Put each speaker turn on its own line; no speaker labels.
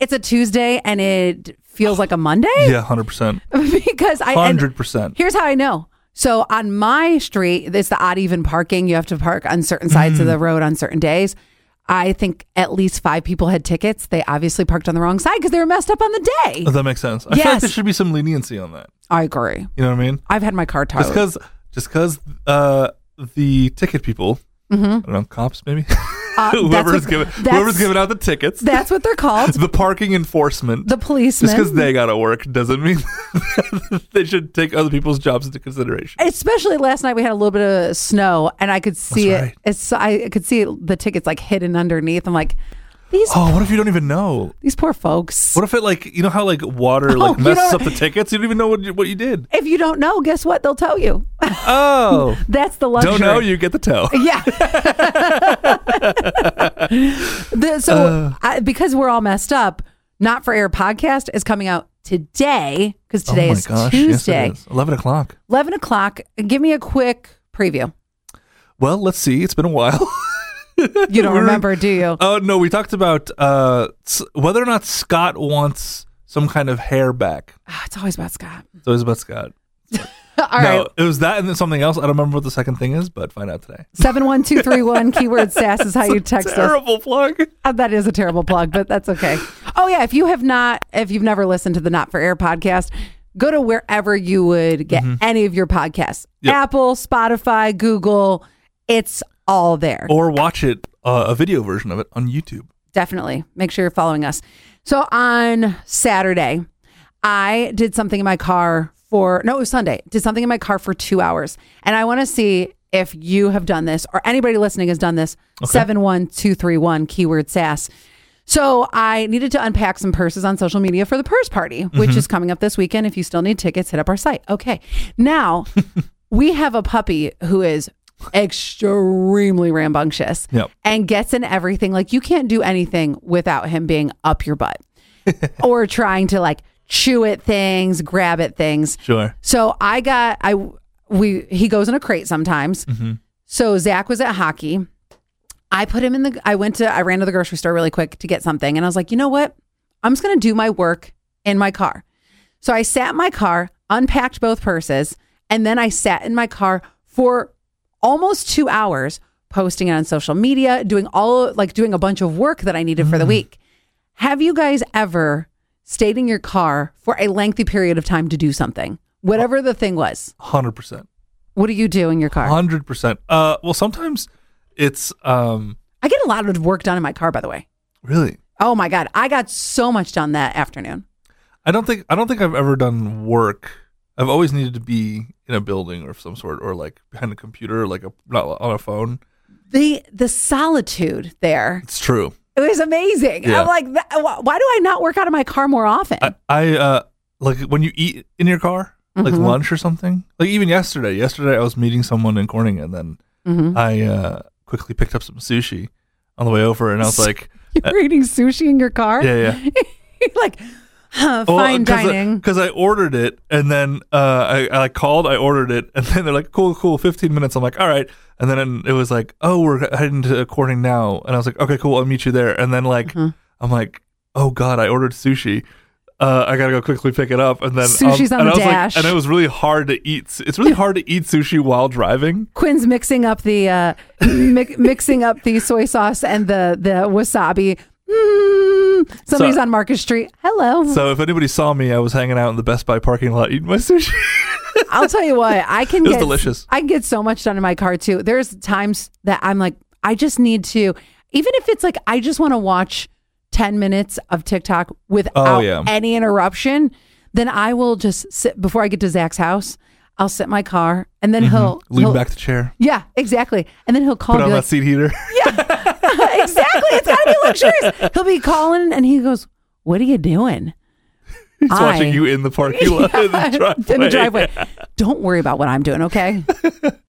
it's a Tuesday and it feels like a Monday
Yeah, 100%.
because I and
100%.
here's how I know. So on my street, it's the odd even parking. You have to park on certain sides
Mm.
of the road on certain days. I think at least five people had tickets. They obviously parked on the wrong side because they were messed up on the day.
If that makes sense. I feel like
Yes.
there should be some leniency on that.
I agree.
You know what I mean?
I've had my car
Just
towed.
because just because uh, the ticket people, I don't know, cops maybe?
Mm-hmm. Uh,
whoever's,
that's what-
giving,
that's-
whoever's giving out the tickets,
That's what they're called.
the parking enforcement.
The policemen.
just because they got to work doesn't mean they should take other people's jobs into consideration.
especially last night we had a little bit of snow and I could see
That's
it.
right.
It's I could see the tickets like hidden underneath. I'm like, these
Oh, what if you don't even know?
these poor folks.
What if it like you know how like water
Oh,
like
you
messes
know-
up the tickets? You don't even know what you, what you did.
If you don't know, guess what? They'll tell you.
Oh,
That's the luxury.
don't know? You get the tow.
Yeah. the, so
Uh.
I, because we're all messed up, not for air podcast is coming out today because today is
Oh yes,
Tuesday,
it is. eleven o'clock.
eleven o'clock. Give me a quick preview.
Well, let's see. It's been a while.
You don't
We're-
remember, do you?
Oh no, we talked about uh, s- whether or not Scott wants some kind of hair back.
Ah, it's always about Scott.
So it was about Scott.
All right.
no, it was that and then something else. I don't remember what the second thing is, but find out today.
Seven one two three one keyword sass is how you text us.
Terrible plug.
Uh, That is a terrible plug, but that's okay. Oh yeah, if you have not, if you've never listened to the Not for Air podcast, go to wherever you would get any of your podcasts:
Yep.
Apple, Spotify, Google. It's all there.
Or watch it uh, a video version of it on YouTube.
Definitely make sure you're following us. So on Saturday, I did something in my car for no, it was Sunday. Did something in my car for two hours, and I want to see if you have done this or anybody listening has done this. Seven one two three one keyword sass. So I needed to unpack some purses on social media for the purse party, which is coming up this weekend. If you still need tickets, hit up our site. Okay, now we have a puppy who is extremely rambunctious
Yep.
and gets in everything. Like you can't do anything without him being up your butt or trying to like chew at things, grab at things.
Sure.
So I got I we he goes in a crate sometimes. So Zach was at hockey. I put him in the I went to I ran to the grocery store really quick to get something and I was like, you know what? I'm just gonna do my work in my car. So I sat in my car, unpacked both purses, and then I sat in my car for almost two hours posting it on social media, doing all like doing a bunch of work that I needed for the week. Have you guys ever stayed in your car for a lengthy period of time to do something? Whatever the thing was,
Hundred percent.
what do you do in your car?
Hundred percent. Uh well sometimes it's um
I get a lot of work done in my car, by the way.
really
Oh my God. I got so much done that afternoon.
I don't think I don't think I've ever done work. I've always needed to be in a building or some sort or like behind a computer or like a not on a phone.
The the solitude there,
It's true.
it was amazing.
Yeah.
I'm like, "That- wh- why do I not work out of my car more often?
I, I uh like when you eat in your car, like lunch or something. Like even yesterday. Yesterday I was meeting someone in Corning and then I uh quickly picked up some sushi on the way over and I was like
you were eating sushi in your car?
Yeah, uh, yeah.
like, huh, fine dining.
Because Oh, I, ordered it and then uh, I, I like, called, I ordered it, and then they're like, cool, cool, 15 minutes. I'm like, all right. And then it was like, oh, we're heading to Corning now. And I was like, okay, cool, I'll meet you there. And then like,
Mm-hmm.
I'm like, oh God, I ordered sushi. Uh, I gotta go quickly pick it up, and then um,
Sushi's on
and
the
I was like-
dash.
and it was really hard to eat. s- It's really hard to eat sushi while driving.
Quinn's mixing up the uh, mi- mixing up the soy sauce and the the wasabi. Mm, somebody's
So-
on Marcus Street. Hello.
So if anybody saw me, I was hanging out in the Best Buy parking lot eating my sushi.
I'll tell you what, I can
It was
get
delicious.
I can get so much done in my car too. There's times that I'm like, I just need to, even if it's like I just want to watch 10 minutes of TikTok without
Oh, yeah.
any interruption, then I will just sit before I get to Zach's house. I'll sit in my car and then he'll,
Mm-hmm. Lean
he'll-
back the chair,
Yeah, exactly. And then he'll call and
put on
be
that
like,
seat heater.
exactly. It's got to be luxurious. He'll be calling and he goes, What are you doing?
He's
I-
watching you in the parking lot in the
in the driveway. Don't worry about what I'm doing, okay?